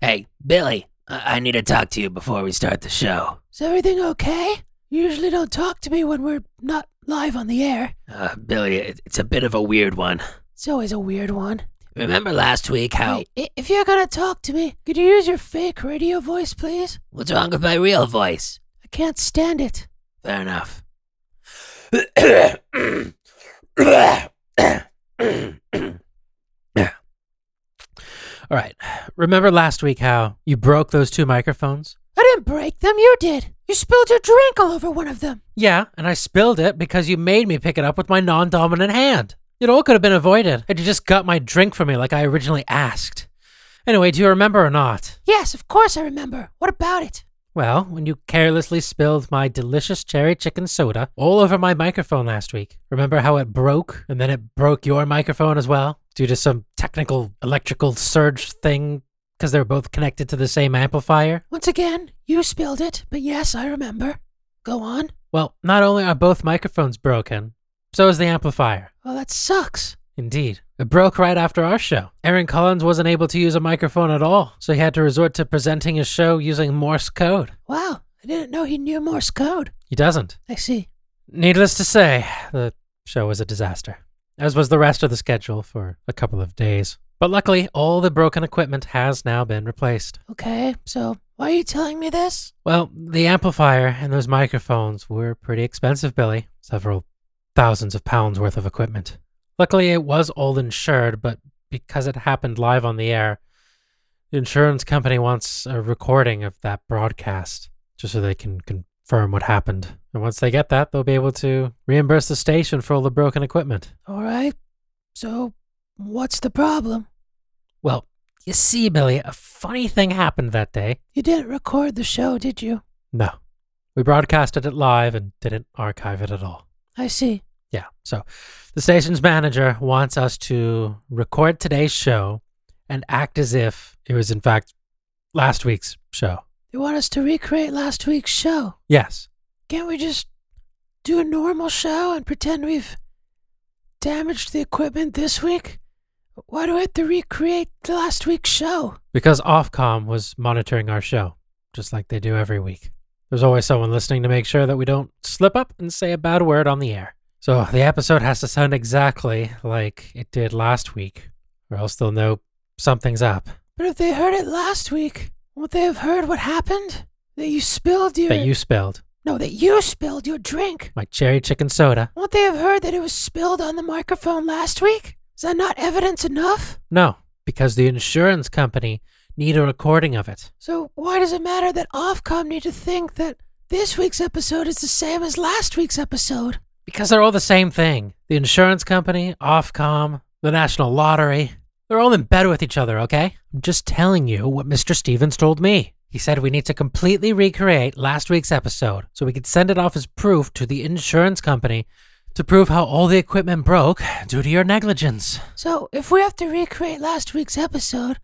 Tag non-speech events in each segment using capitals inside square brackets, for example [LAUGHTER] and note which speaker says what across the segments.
Speaker 1: Hey, Billy, I-, I need to talk to you before we start the show.
Speaker 2: Is everything okay? You usually don't talk to me when we're not live on the air.
Speaker 1: Uh, Billy, it- it's a bit of a weird one.
Speaker 2: It's always a weird one.
Speaker 1: Remember last week how.
Speaker 2: Hey, i- if you're gonna talk to me, could you use your fake radio voice, please?
Speaker 1: What's wrong with my real voice?
Speaker 2: I can't stand it.
Speaker 1: Fair enough.
Speaker 3: All right. Remember last week how you broke those two microphones?
Speaker 2: I didn't break them, you did. You spilled your drink all over one of them.
Speaker 3: Yeah, and I spilled it because you made me pick it up with my non dominant hand. It all could have been avoided had you just got my drink from me like I originally asked. Anyway, do you remember or not?
Speaker 2: Yes, of course I remember. What about it?
Speaker 3: Well, when you carelessly spilled my delicious cherry chicken soda all over my microphone last week, remember how it broke and then it broke your microphone as well due to some technical electrical surge thing because they were both connected to the same amplifier?
Speaker 2: Once again, you spilled it, but yes, I remember. Go on.
Speaker 3: Well, not only are both microphones broken, so is the amplifier.
Speaker 2: Well, Oh, that sucks.
Speaker 3: Indeed. It broke right after our show. Aaron Collins wasn't able to use a microphone at all, so he had to resort to presenting his show using Morse code.
Speaker 2: Wow, I didn't know he knew Morse code.
Speaker 3: He doesn't.
Speaker 2: I see.
Speaker 3: Needless to say, the show was a disaster, as was the rest of the schedule for a couple of days. But luckily, all the broken equipment has now been replaced.
Speaker 2: Okay, so why are you telling me this?
Speaker 3: Well, the amplifier and those microphones were pretty expensive, Billy. Several thousands of pounds worth of equipment. Luckily, it was all insured, but because it happened live on the air, the insurance company wants a recording of that broadcast just so they can confirm what happened. And once they get that, they'll be able to reimburse the station for all the broken equipment.
Speaker 2: All right, so what's the problem?
Speaker 3: Well, you see, Billy, a funny thing happened that day.
Speaker 2: You didn't record the show, did you?
Speaker 3: No. We broadcasted it live and didn't archive it at all.
Speaker 2: I see.
Speaker 3: Yeah. So the station's manager wants us to record today's show and act as if it was, in fact, last week's show.
Speaker 2: You want us to recreate last week's show.
Speaker 3: Yes.
Speaker 2: Can't we just do a normal show and pretend we've damaged the equipment this week? Why do we have to recreate the last week's show?
Speaker 3: Because Ofcom was monitoring our show, just like they do every week. There's always someone listening to make sure that we don't slip up and say a bad word on the air. So the episode has to sound exactly like it did last week, or else they'll know something's up.
Speaker 2: But if they heard it last week, won't they have heard what happened? That you spilled your
Speaker 3: That you spilled
Speaker 2: no, that you spilled your drink.
Speaker 3: my cherry chicken soda.
Speaker 2: Won't they have heard that it was spilled on the microphone last week? Is that not evidence enough?
Speaker 3: No, because the insurance company need a recording of it.
Speaker 2: So why does it matter that Ofcom need to think that this week's episode is the same as last week's episode?
Speaker 3: Because they're all the same thing. The insurance company, Ofcom, the National Lottery. They're all in bed with each other, okay? I'm just telling you what Mr. Stevens told me. He said we need to completely recreate last week's episode so we could send it off as proof to the insurance company to prove how all the equipment broke due to your negligence.
Speaker 2: So if we have to recreate last week's episode,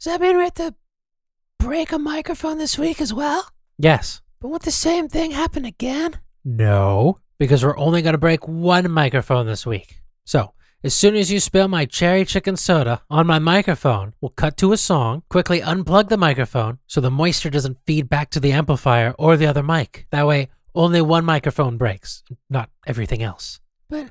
Speaker 2: does that mean we have to break a microphone this week as well?
Speaker 3: Yes.
Speaker 2: But won't the same thing happen again?
Speaker 3: No, because we're only going to break one microphone this week. So, as soon as you spill my cherry chicken soda on my microphone, we'll cut to a song, quickly unplug the microphone so the moisture doesn't feed back to the amplifier or the other mic. That way, only one microphone breaks, not everything else.
Speaker 2: But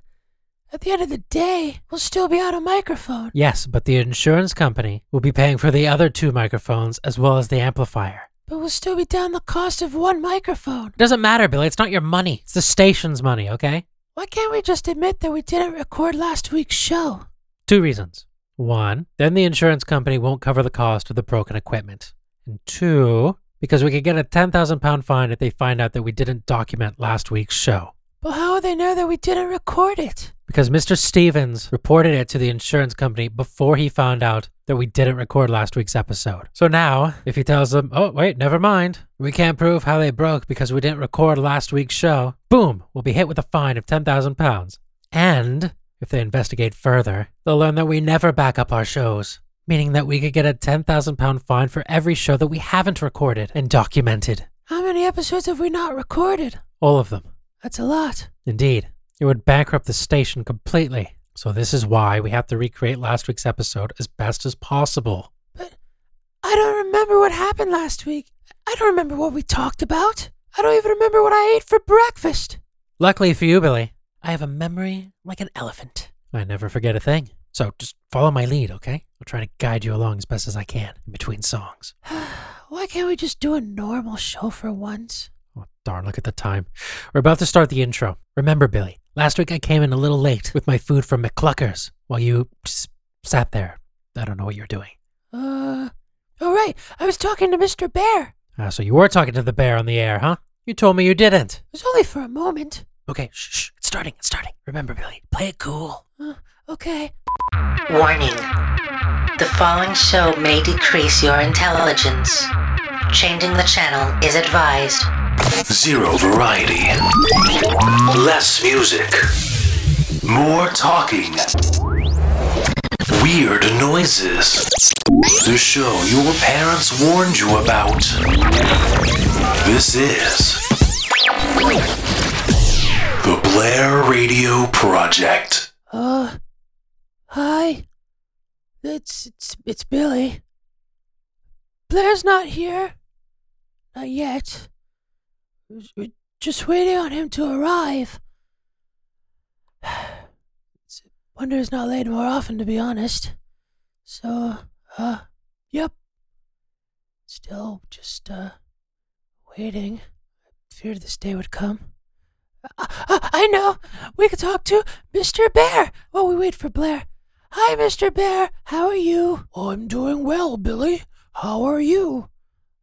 Speaker 2: at the end of the day, we'll still be on a microphone.
Speaker 3: Yes, but the insurance company will be paying for the other two microphones as well as the amplifier.
Speaker 2: But we'll still be down the cost of one microphone.
Speaker 3: It doesn't matter, Billy. It's not your money. It's the station's money, okay?
Speaker 2: Why can't we just admit that we didn't record last week's show?
Speaker 3: Two reasons. One, then the insurance company won't cover the cost of the broken equipment. And two, because we could get a 10,000 pound fine if they find out that we didn't document last week's show.
Speaker 2: But how will they know that we didn't record it?
Speaker 3: Because Mr. Stevens reported it to the insurance company before he found out that we didn't record last week's episode. So now, if he tells them, oh, wait, never mind, we can't prove how they broke because we didn't record last week's show, boom, we'll be hit with a fine of 10,000 pounds. And if they investigate further, they'll learn that we never back up our shows, meaning that we could get a 10,000 pound fine for every show that we haven't recorded and documented.
Speaker 2: How many episodes have we not recorded?
Speaker 3: All of them.
Speaker 2: That's a lot.
Speaker 3: Indeed, it would bankrupt the station completely. So, this is why we have to recreate last week's episode as best as possible.
Speaker 2: But I don't remember what happened last week. I don't remember what we talked about. I don't even remember what I ate for breakfast.
Speaker 3: Luckily for you, Billy, I have a
Speaker 2: memory like an elephant.
Speaker 3: I never forget a thing. So just follow my lead, okay? I'll try to guide you along as best as I can in between songs.
Speaker 2: Why can't we just do a normal show for once?
Speaker 3: Oh, darn, look at the time. We're about to start the intro. Remember, Billy, last week I came in a little late with my food from McClucker's while you just sat there. I don't know what you're doing.
Speaker 2: Uh, all right. I was talking to Mr. Bear.
Speaker 3: Ah, so you were talking to the bear on the air, huh? You told me you didn't.
Speaker 2: It was only for a moment.
Speaker 3: Okay, shh, shh. It's starting, it's starting. Remember, Billy, play it cool.
Speaker 2: Uh, okay.
Speaker 4: Warning. The following show may decrease your intelligence. Changing the channel is advised.
Speaker 5: Zero variety. Less music. More talking. Weird noises. The show your parents warned you about. This is. The Blair Radio Project.
Speaker 2: Uh, hi. It's it's it's Billy. Blair's not here. Not yet. We're just waiting on him to arrive. [SIGHS] It's a Wonder is not laid more often, to be honest. So, uh, yep. Still just, uh, waiting. I feared this day would come. Uh, uh, I know! We could talk to Mr. Bear while we wait for Blair. Hi, Mr. Bear. How are you? I'm doing well, Billy. How are you?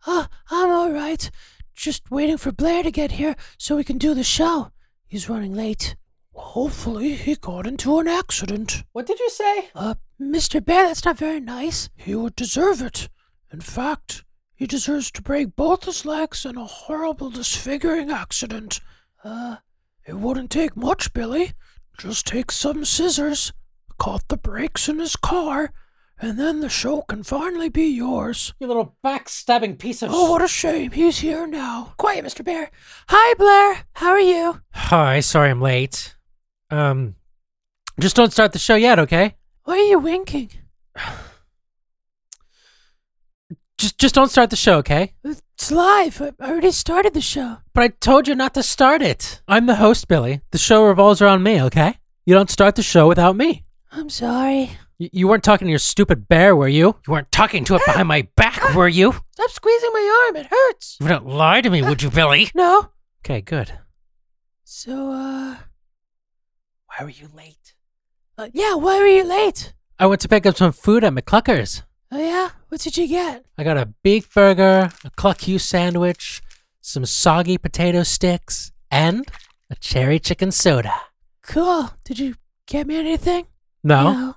Speaker 2: Uh, I'm all right. Just waiting for Blair to get here so we can do the show. He's running late. Hopefully, he got into an accident.
Speaker 6: What did you say?
Speaker 2: Uh, Mr. Bear, that's not very nice. He would deserve it. In fact, he deserves to break both his legs in a horrible, disfiguring accident. Uh, it wouldn't take much, Billy. Just take some scissors, cut the brakes in his car, and then the show can finally be yours.
Speaker 6: You little backstabbing piece of.
Speaker 2: Oh, what a shame. He's here now. Quiet, Mr. Bear. Hi, Blair. How are you?
Speaker 3: Hi, sorry I'm late. Um, just don't start the show yet, okay?
Speaker 2: Why are you winking?
Speaker 3: Just, just don't start the show, okay?
Speaker 2: It's live. I I already started the show.
Speaker 3: But I told you not to start it. I'm the host, Billy. The show revolves around me, okay? You don't start the show without me.
Speaker 2: I'm sorry.
Speaker 3: Y- you weren't talking to your stupid bear, were you? You weren't talking to it behind my back, were you?
Speaker 2: Stop squeezing my arm. It hurts.
Speaker 3: You wouldn't lie to me, would you, Billy?
Speaker 2: No.
Speaker 3: Okay, good.
Speaker 2: So, uh,
Speaker 6: Why were you late?
Speaker 2: uh yeah, why were you late?
Speaker 3: I went to pick up some food at McClucker's.
Speaker 2: Oh, yeah? What did you get?
Speaker 3: I got a big burger, a cluck you sandwich, some soggy potato sticks, and a cherry chicken soda.
Speaker 2: Cool. Did you get me anything?
Speaker 3: No?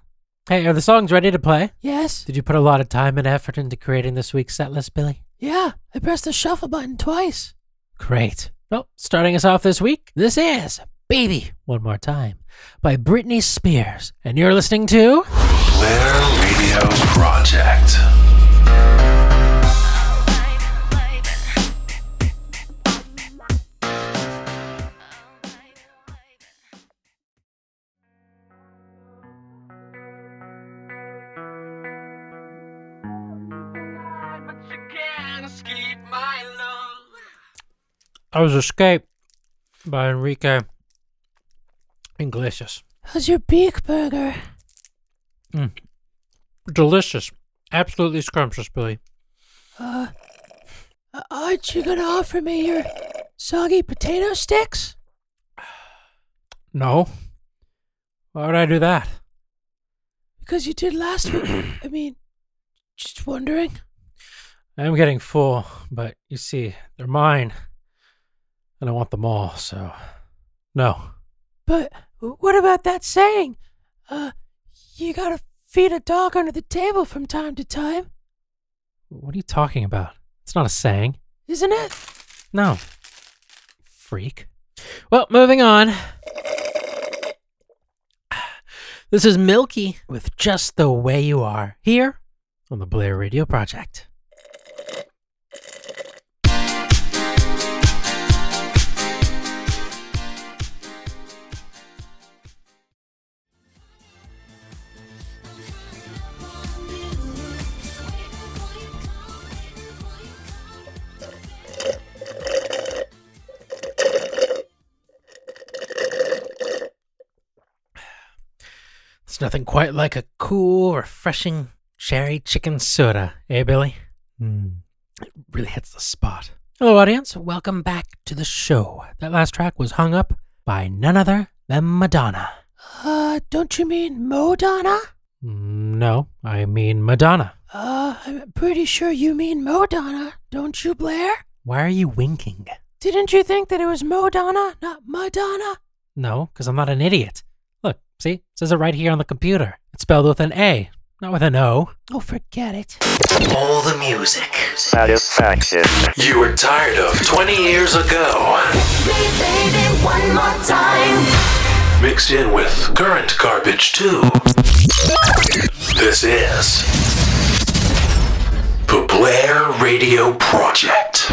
Speaker 3: Hey, are the songs ready to play?
Speaker 2: Yes.
Speaker 3: Did you put a lot of time and effort into creating this week's set list, Billy?
Speaker 2: Yeah, I pressed the shuffle button twice.
Speaker 3: Great. Well, starting us off this week, this is Baby One More Time by Britney Spears. And you're listening to.
Speaker 5: Blair Radio Project.
Speaker 3: I was Escape by Enrique Iglesias.
Speaker 2: How's your beak burger?
Speaker 3: Delicious. Absolutely scrumptious, Billy.
Speaker 2: Uh, uh, aren't you gonna offer me your soggy potato sticks?
Speaker 3: No. Why would I do that?
Speaker 2: Because you did last week. I mean, just wondering.
Speaker 3: I'm getting full, but you see, they're mine. And I want them all, so. No.
Speaker 2: But what about that saying? Uh, you gotta feed a dog under the table from time to time,
Speaker 3: What are you talking about? It's not a saying.
Speaker 2: isn't it?
Speaker 3: No. Freak. Well, moving on. This is Milky with Just the Way You Are here on the Blair Radio Project. nothing quite like a cool, refreshing cherry chicken soda, eh, Billy?
Speaker 2: Hmm.
Speaker 3: It really hits the spot. Hello, audience. Welcome back to the show. That last track was hung up by none other than Madonna.
Speaker 2: Uh, don't you mean Modonna?
Speaker 3: Mm, No, I mean Madonna.
Speaker 2: Uh, I'm pretty sure you mean Modonna, don't you, Blair?
Speaker 3: Why are you winking?
Speaker 2: Didn't you think that it was Modonna, not Madonna?
Speaker 3: No, because I'm not an idiot. Look, see, it says it right here on the computer. It's spelled with an A, not with an O.
Speaker 2: Oh, forget it.
Speaker 5: All the music
Speaker 7: Satisfaction.
Speaker 5: you were tired of 20 years ago, mixed in with current garbage too. This is the Blair Radio Project.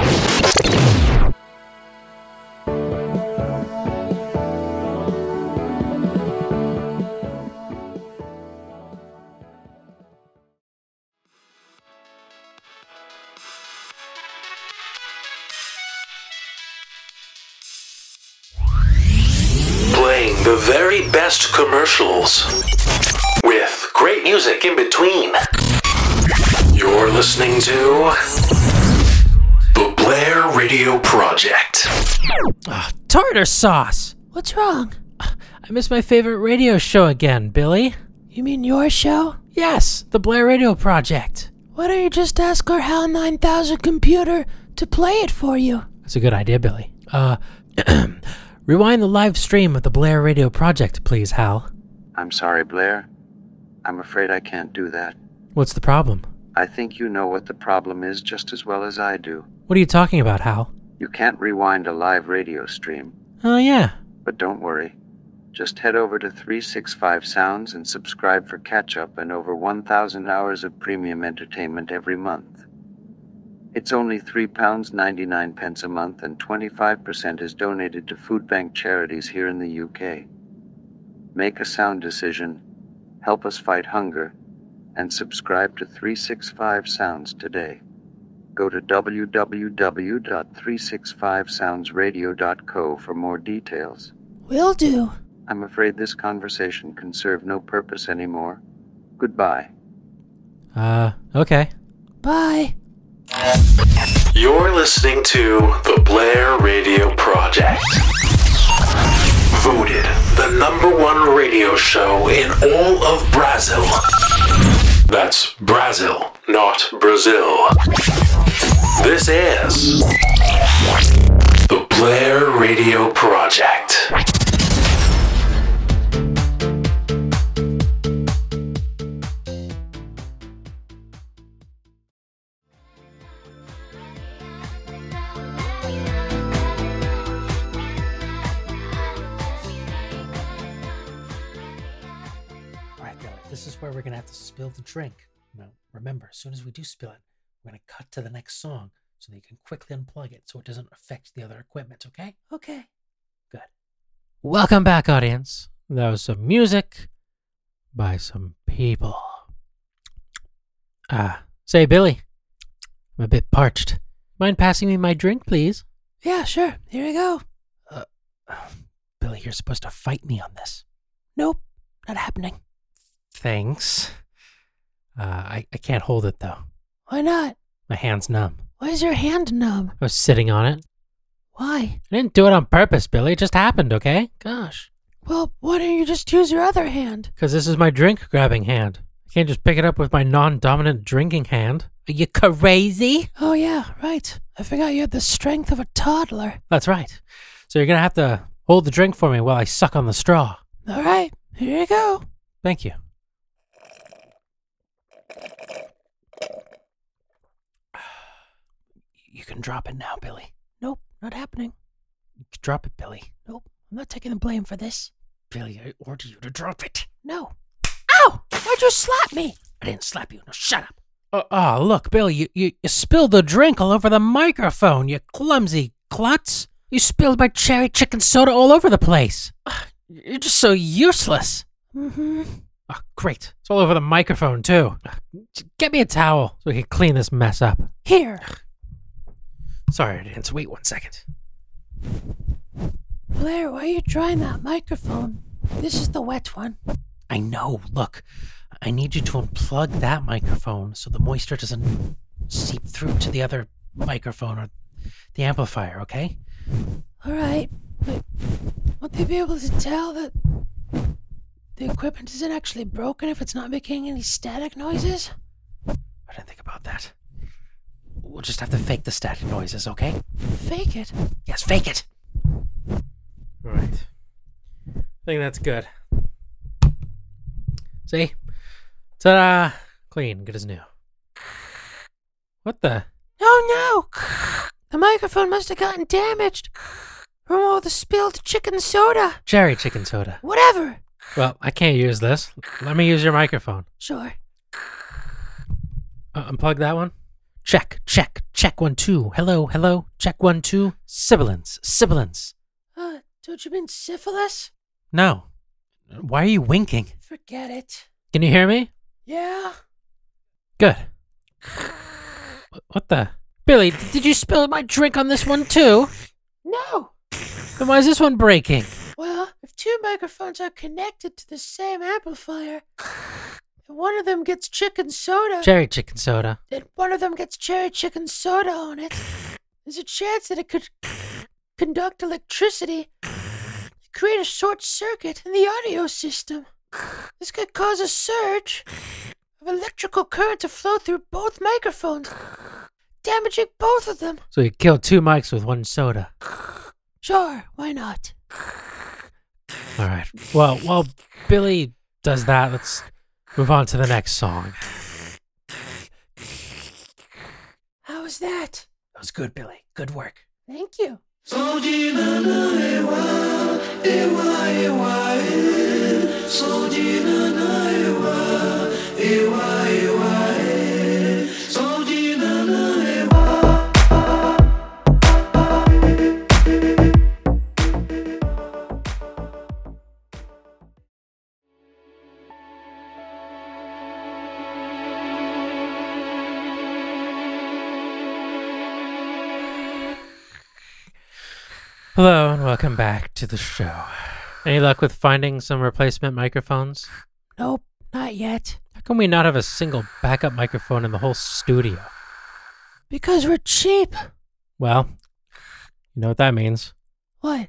Speaker 5: Playing the very best commercials with great music in between. You're listening to the Blair Radio Project.
Speaker 3: Tartar sauce!
Speaker 2: What's wrong?
Speaker 3: I missed my favorite radio show again, Billy.
Speaker 2: You mean your show?
Speaker 3: Yes, the Blair Radio Project.
Speaker 2: Why don't you just ask our HAL 9000 computer to play it for you?
Speaker 3: That's a good idea, Billy. Uh, [CLEARS THROAT] rewind the live stream of the Blair Radio Project, please, Hal.
Speaker 8: I'm sorry, Blair. I'm afraid I can't do that.
Speaker 3: What's the problem?
Speaker 8: I think you know what the problem is just as well as I do.
Speaker 3: What are you talking about, Hal?
Speaker 8: You can't rewind a live radio stream,
Speaker 3: Oh, yeah.
Speaker 8: but don't worry. Just head over to 365 Sounds and subscribe for catch up and over 1,000 hours of premium entertainment every month. It's only £3.99 pence a month, and 25% is donated to food bank charities here in the UK. Make a sound decision, help us fight hunger, and subscribe to 365 Sounds today. Go to www.365soundsradio.co for more details.
Speaker 2: Will do.
Speaker 8: I'm afraid this conversation can serve no purpose anymore. Goodbye.
Speaker 3: Uh, okay.
Speaker 2: Bye.
Speaker 5: You're listening to the Blair Radio Project. Voted the number one radio show in all of Brazil. That's Brazil, not Brazil. This is the Blair Radio Project.
Speaker 3: All right, Billy, this is where we're going to have to spill the drink. Now, remember, as soon as we do spill it, we're going to cut to the next song so that you can quickly unplug it so it doesn't affect the other equipment, okay?
Speaker 2: Okay.
Speaker 3: Good. Welcome back, audience. That was some music by some people. Ah, say, Billy, I'm a bit parched. Mind passing me my drink, please? Uh,
Speaker 2: Yeah, sure. Here you go.
Speaker 3: Billy, you're supposed to fight me on this.
Speaker 2: Nope. Not happening.
Speaker 3: Thanks. Uh, I, I can't hold it, though.
Speaker 2: Why not?
Speaker 3: My hand's numb.
Speaker 2: Why is your hand numb?
Speaker 3: I was sitting on it.
Speaker 2: Why?
Speaker 3: I didn't do it on purpose, Billy. It just happened, okay? Gosh.
Speaker 2: Well, why don't you just use your other hand?
Speaker 3: Because this is my drink grabbing hand. I can't just pick it up with my non dominant drinking hand. Are you crazy?
Speaker 2: Oh, yeah, right. I forgot you had the strength of a toddler.
Speaker 3: That's right. So you're going to have to hold the drink for me while I suck on the straw.
Speaker 2: All right, here you go. [SIGHS]
Speaker 3: Thank you. You can drop it now, Billy.
Speaker 2: Nope, not happening.
Speaker 3: You can drop it, Billy.
Speaker 2: Nope, I'm not taking the blame for this.
Speaker 3: Billy, I order you to drop it.
Speaker 2: No. Ow! Why'd you slap me?
Speaker 3: I didn't slap you. Now shut up. Oh, oh look, Billy, you, you, you spilled the drink all over the microphone, you clumsy klutz. You spilled my cherry chicken soda all over the place. [SIGHS] Ugh, You're just so useless.
Speaker 2: Mm-hmm.
Speaker 3: Oh, great. It's all over the microphone, too. Ugh, j- Get me a towel so we can clean this mess up.
Speaker 2: Here.
Speaker 3: Sorry, audience. Wait one second.
Speaker 2: Blair, why are you drying that microphone? This is the wet one.
Speaker 3: I know. Look, I need you to unplug that microphone so the moisture doesn't seep through to the other microphone or the amplifier, okay?
Speaker 2: All right, but won't they be able to tell that the equipment isn't actually broken if it's not making any static noises?
Speaker 3: I didn't think about that. We'll just have to fake the static noises, okay?
Speaker 2: Fake it.
Speaker 3: Yes, fake it. All right. I think that's good. See? Ta-da! Clean, good as new. What the?
Speaker 2: Oh no! The microphone must have gotten damaged from all the spilled chicken soda.
Speaker 3: Cherry chicken soda.
Speaker 2: Whatever.
Speaker 3: Well, I can't use this. Let me use your microphone.
Speaker 2: Sure.
Speaker 3: Uh, unplug that one. Check, check, check one, two. Hello, hello, check one, two. Sibilance, sibilance.
Speaker 2: Uh, don't you mean syphilis?
Speaker 3: No. Why are you winking?
Speaker 2: Forget it.
Speaker 3: Can you hear me?
Speaker 2: Yeah.
Speaker 3: Good. Wh- What the? Billy, d- did you spill my drink on this one too?
Speaker 2: No.
Speaker 3: Then why is this one breaking?
Speaker 2: Well, if two microphones are connected to the same amplifier, and one of them gets chicken soda,
Speaker 3: Cherry chicken soda.
Speaker 2: then one of them gets cherry chicken soda on it, there's a chance that it could conduct electricity, create a short circuit in the audio system. This could cause a surge of electrical current to flow through both microphones, damaging both of them.
Speaker 3: So you killed two mics with one soda.
Speaker 2: Sure, why not?
Speaker 3: All right. Well, while Billy does that, let's move on to the next song.
Speaker 2: How is that?
Speaker 6: That was good, Billy. Good work.
Speaker 2: Thank you.
Speaker 5: eh. eh.
Speaker 3: Hello and welcome back to the show. Any luck with finding some replacement microphones?
Speaker 2: Nope, not yet.
Speaker 3: How can we not have a single backup microphone in the whole studio?
Speaker 2: Because we're cheap.
Speaker 3: Well, you know what that means.
Speaker 2: What?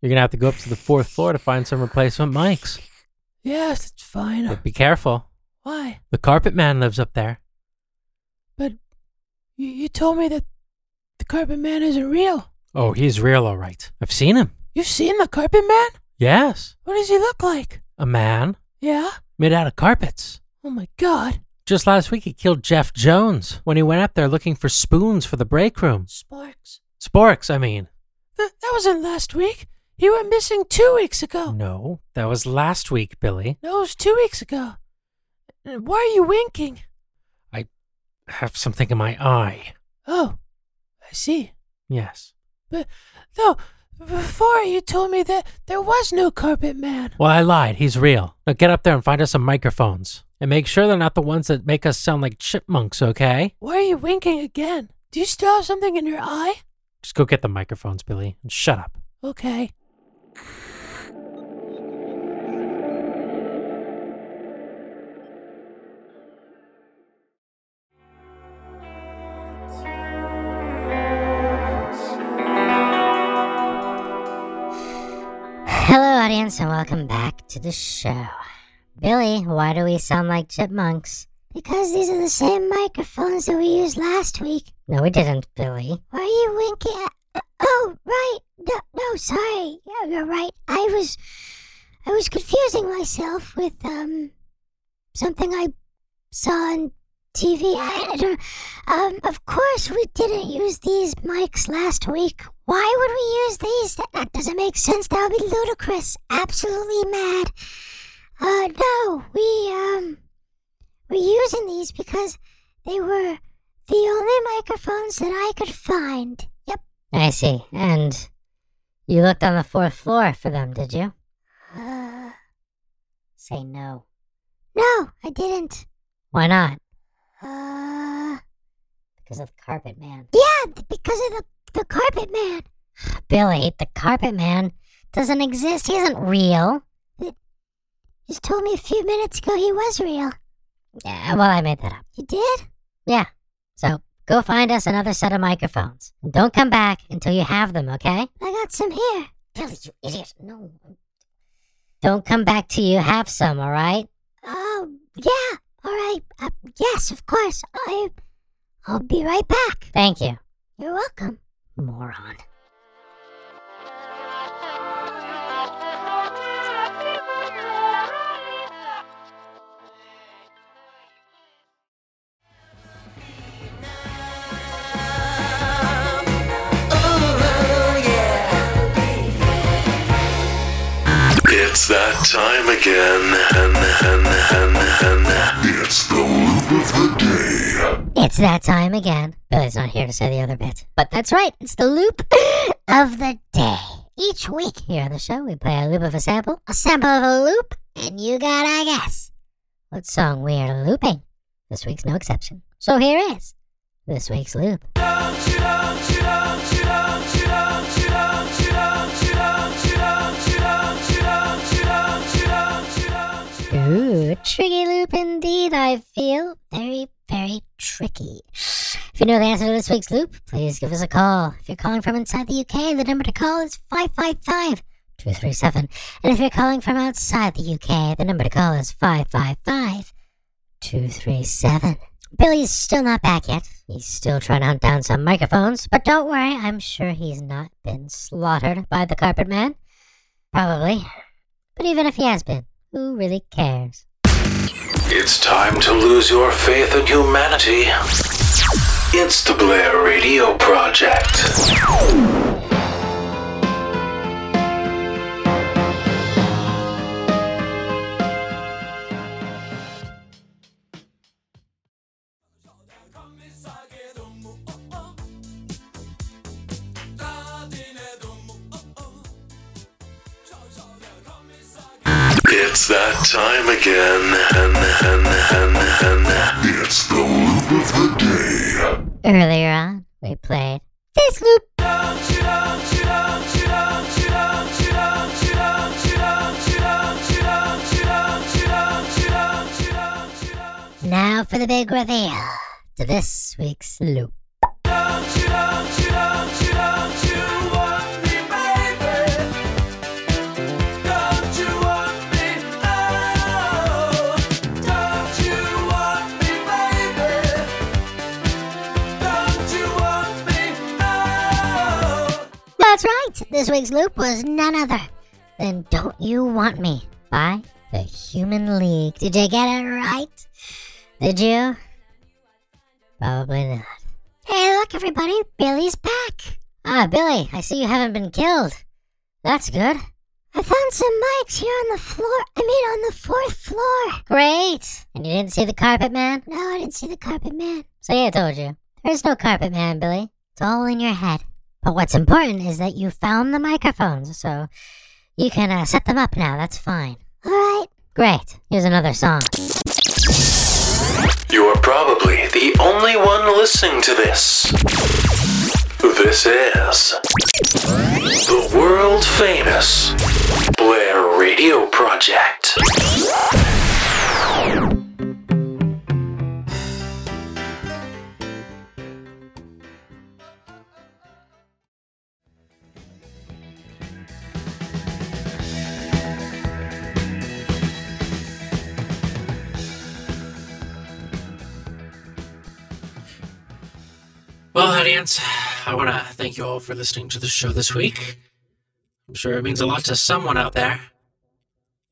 Speaker 3: You're gonna have to go up to the fourth floor to find some replacement mics.
Speaker 2: Yes, it's fine.
Speaker 3: But be careful.
Speaker 2: Why?
Speaker 3: The carpet man lives up there.
Speaker 2: But you, you told me that the carpet man isn't real.
Speaker 3: Oh, he's real, all right. I've seen him.
Speaker 2: You've seen the carpet man?
Speaker 3: Yes,
Speaker 2: What does he look like?
Speaker 3: a man
Speaker 2: Yeah?
Speaker 3: made out of carpets.
Speaker 2: Oh my god.
Speaker 3: Just last week, he killed Jeff Jones when he went up there looking for spoons for the break room.
Speaker 2: Sparks.
Speaker 3: Sporks, I mean.
Speaker 2: Th- that wasn't last week. He went missing two weeks ago.
Speaker 3: No, that was last week, Billy.
Speaker 2: No, it was two weeks ago. Uh, Why are you winking?
Speaker 3: I have something in my eye.
Speaker 2: Oh, I see.
Speaker 3: Yes.
Speaker 2: But no, before you told me that there was no carpet man.
Speaker 3: Well, I lied. He's real. Now get up there and find us some microphones. And make sure they're not the ones that make us sound like chipmunks, okay?
Speaker 2: Why are you winking again? Do you still have something in your eye?
Speaker 3: Just go get the microphones, Billy, and shut up.
Speaker 2: Okay.
Speaker 7: Hello, audience, and welcome back to the show. Billy, why do we sound like chipmunks? Because these are the same microphones that we used last week. No, we didn't, Billy. Why are you winking at? Oh, right. No, no, sorry. Yeah, You're right. I was, I was confusing myself with um, something I saw on TV. I, I don't. Um, of course we didn't use these mics last week. Why would we use these? That, that doesn't make sense. That would be ludicrous. Absolutely mad. Uh, no, we um, we're using these because they were the only microphones that I could find. Yep. I see. And you looked on the fourth floor for them, did you? Uh, say no. No, I didn't. Why not? Uh. Because of the carpet man. Yeah, th- because of the, the carpet [SIGHS] man. Billy, the carpet man doesn't exist. He isn't real. just told me a few minutes ago he was real. Yeah, well, I made that up. You did? Yeah. So go find us another set of microphones. And don't come back until you have them, okay? I got some here. Billy, you idiot. No. Don't come back till you have some, all right? Oh, yeah. All right. Uh, yes, of course. I, I'll be right back. Thank you. You're welcome. Moron.
Speaker 5: It's that time again. And, and, and, and. It's the loop of the day.
Speaker 7: It's that time again. Billy's not here to say the other bit. But that's right, it's the loop [LAUGHS] of the day. Each week here on the show, we play a loop of a sample, a sample of a loop, and you gotta guess what song we are looping. This week's no exception. So here is this week's loop. Ooh, tricky loop indeed, I feel. Very, very tricky. If you know the answer to this week's loop, please give us a call. If you're calling from inside the UK, the number to call is 555 237. And if you're calling from outside the UK, the number to call is 555 237. Billy's still not back yet. He's still trying to hunt down some microphones, but don't worry, I'm sure he's not been slaughtered by the carpet man. Probably. But even if he has been, who really cares?
Speaker 5: It's time to lose your faith in humanity. It's the Blair Radio Project. It's that time again. And, and, and, and. It's the loop of the day.
Speaker 7: Earlier on, we played this loop. Now for the big reveal to this week's loop. That's right. This week's loop was none other than Don't You Want Me by The Human League. Did you get it right? Did you? Probably not. Hey, look, everybody. Billy's back. Ah, Billy, I see you haven't been killed. That's good. I found some mics here on the floor. I mean, on the fourth floor. Great. And you didn't see the carpet man? No, I didn't see the carpet man. See, I told you. There's no carpet man, Billy. It's all in your head. But what's important is that you found the microphones, so you can uh, set them up now. That's fine. All right. Great. Here's another song.
Speaker 5: You're probably the only one listening to this. This is the world famous Blair Radio Project.
Speaker 3: Well, audience, I want to thank you all for listening to the show this week. I'm sure it means a lot to someone out there.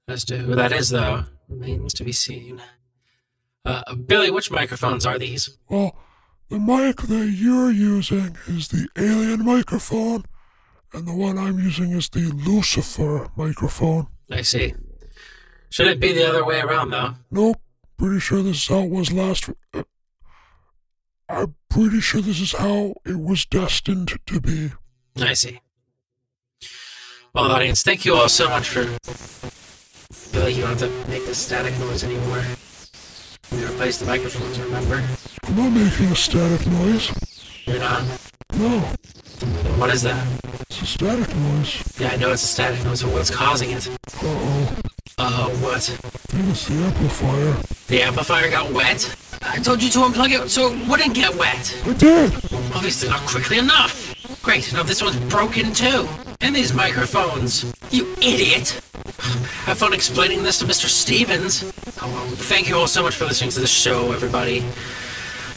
Speaker 3: As to who that is, though, remains to be seen. Uh, Billy, which microphones are these?
Speaker 9: Well, the mic that you're using is the alien microphone, and the one I'm using is the Lucifer microphone.
Speaker 3: I see. Should it be the other way around, though?
Speaker 9: Nope, pretty sure this is how it was last. Uh, I'm pretty sure this is how it was destined to be.
Speaker 3: I see. Well, audience, thank you all so much for. Billy, you don't have to make this static noise anymore. We replaced the microphones, remember?
Speaker 9: I'm not making a static noise.
Speaker 3: You're not.
Speaker 9: No,
Speaker 3: Then What is that?
Speaker 9: it's a static noise.
Speaker 3: Yeah, I know it's a static noise, but what's causing it?
Speaker 9: Uh oh.
Speaker 3: Uh, what?
Speaker 9: It's the amplifier.
Speaker 3: The amplifier got wet? I told you to unplug it so it wouldn't get wet.
Speaker 9: I did!
Speaker 3: Obviously not quickly enough. Great, now this one's broken too. And these microphones. You idiot! [SIGHS] Have fun explaining this to Mr. Stevens. Oh, well, thank you all so much for listening to the show, everybody.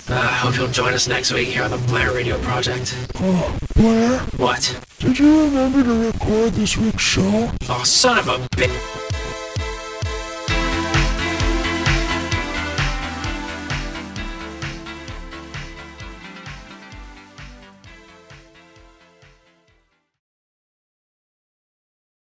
Speaker 3: I uh, hope you'll join us next week here on the Blair Radio Project.
Speaker 9: Oh, Blair,
Speaker 3: What?
Speaker 9: did you remember to record this week's show?
Speaker 3: Oh, son of a bitch.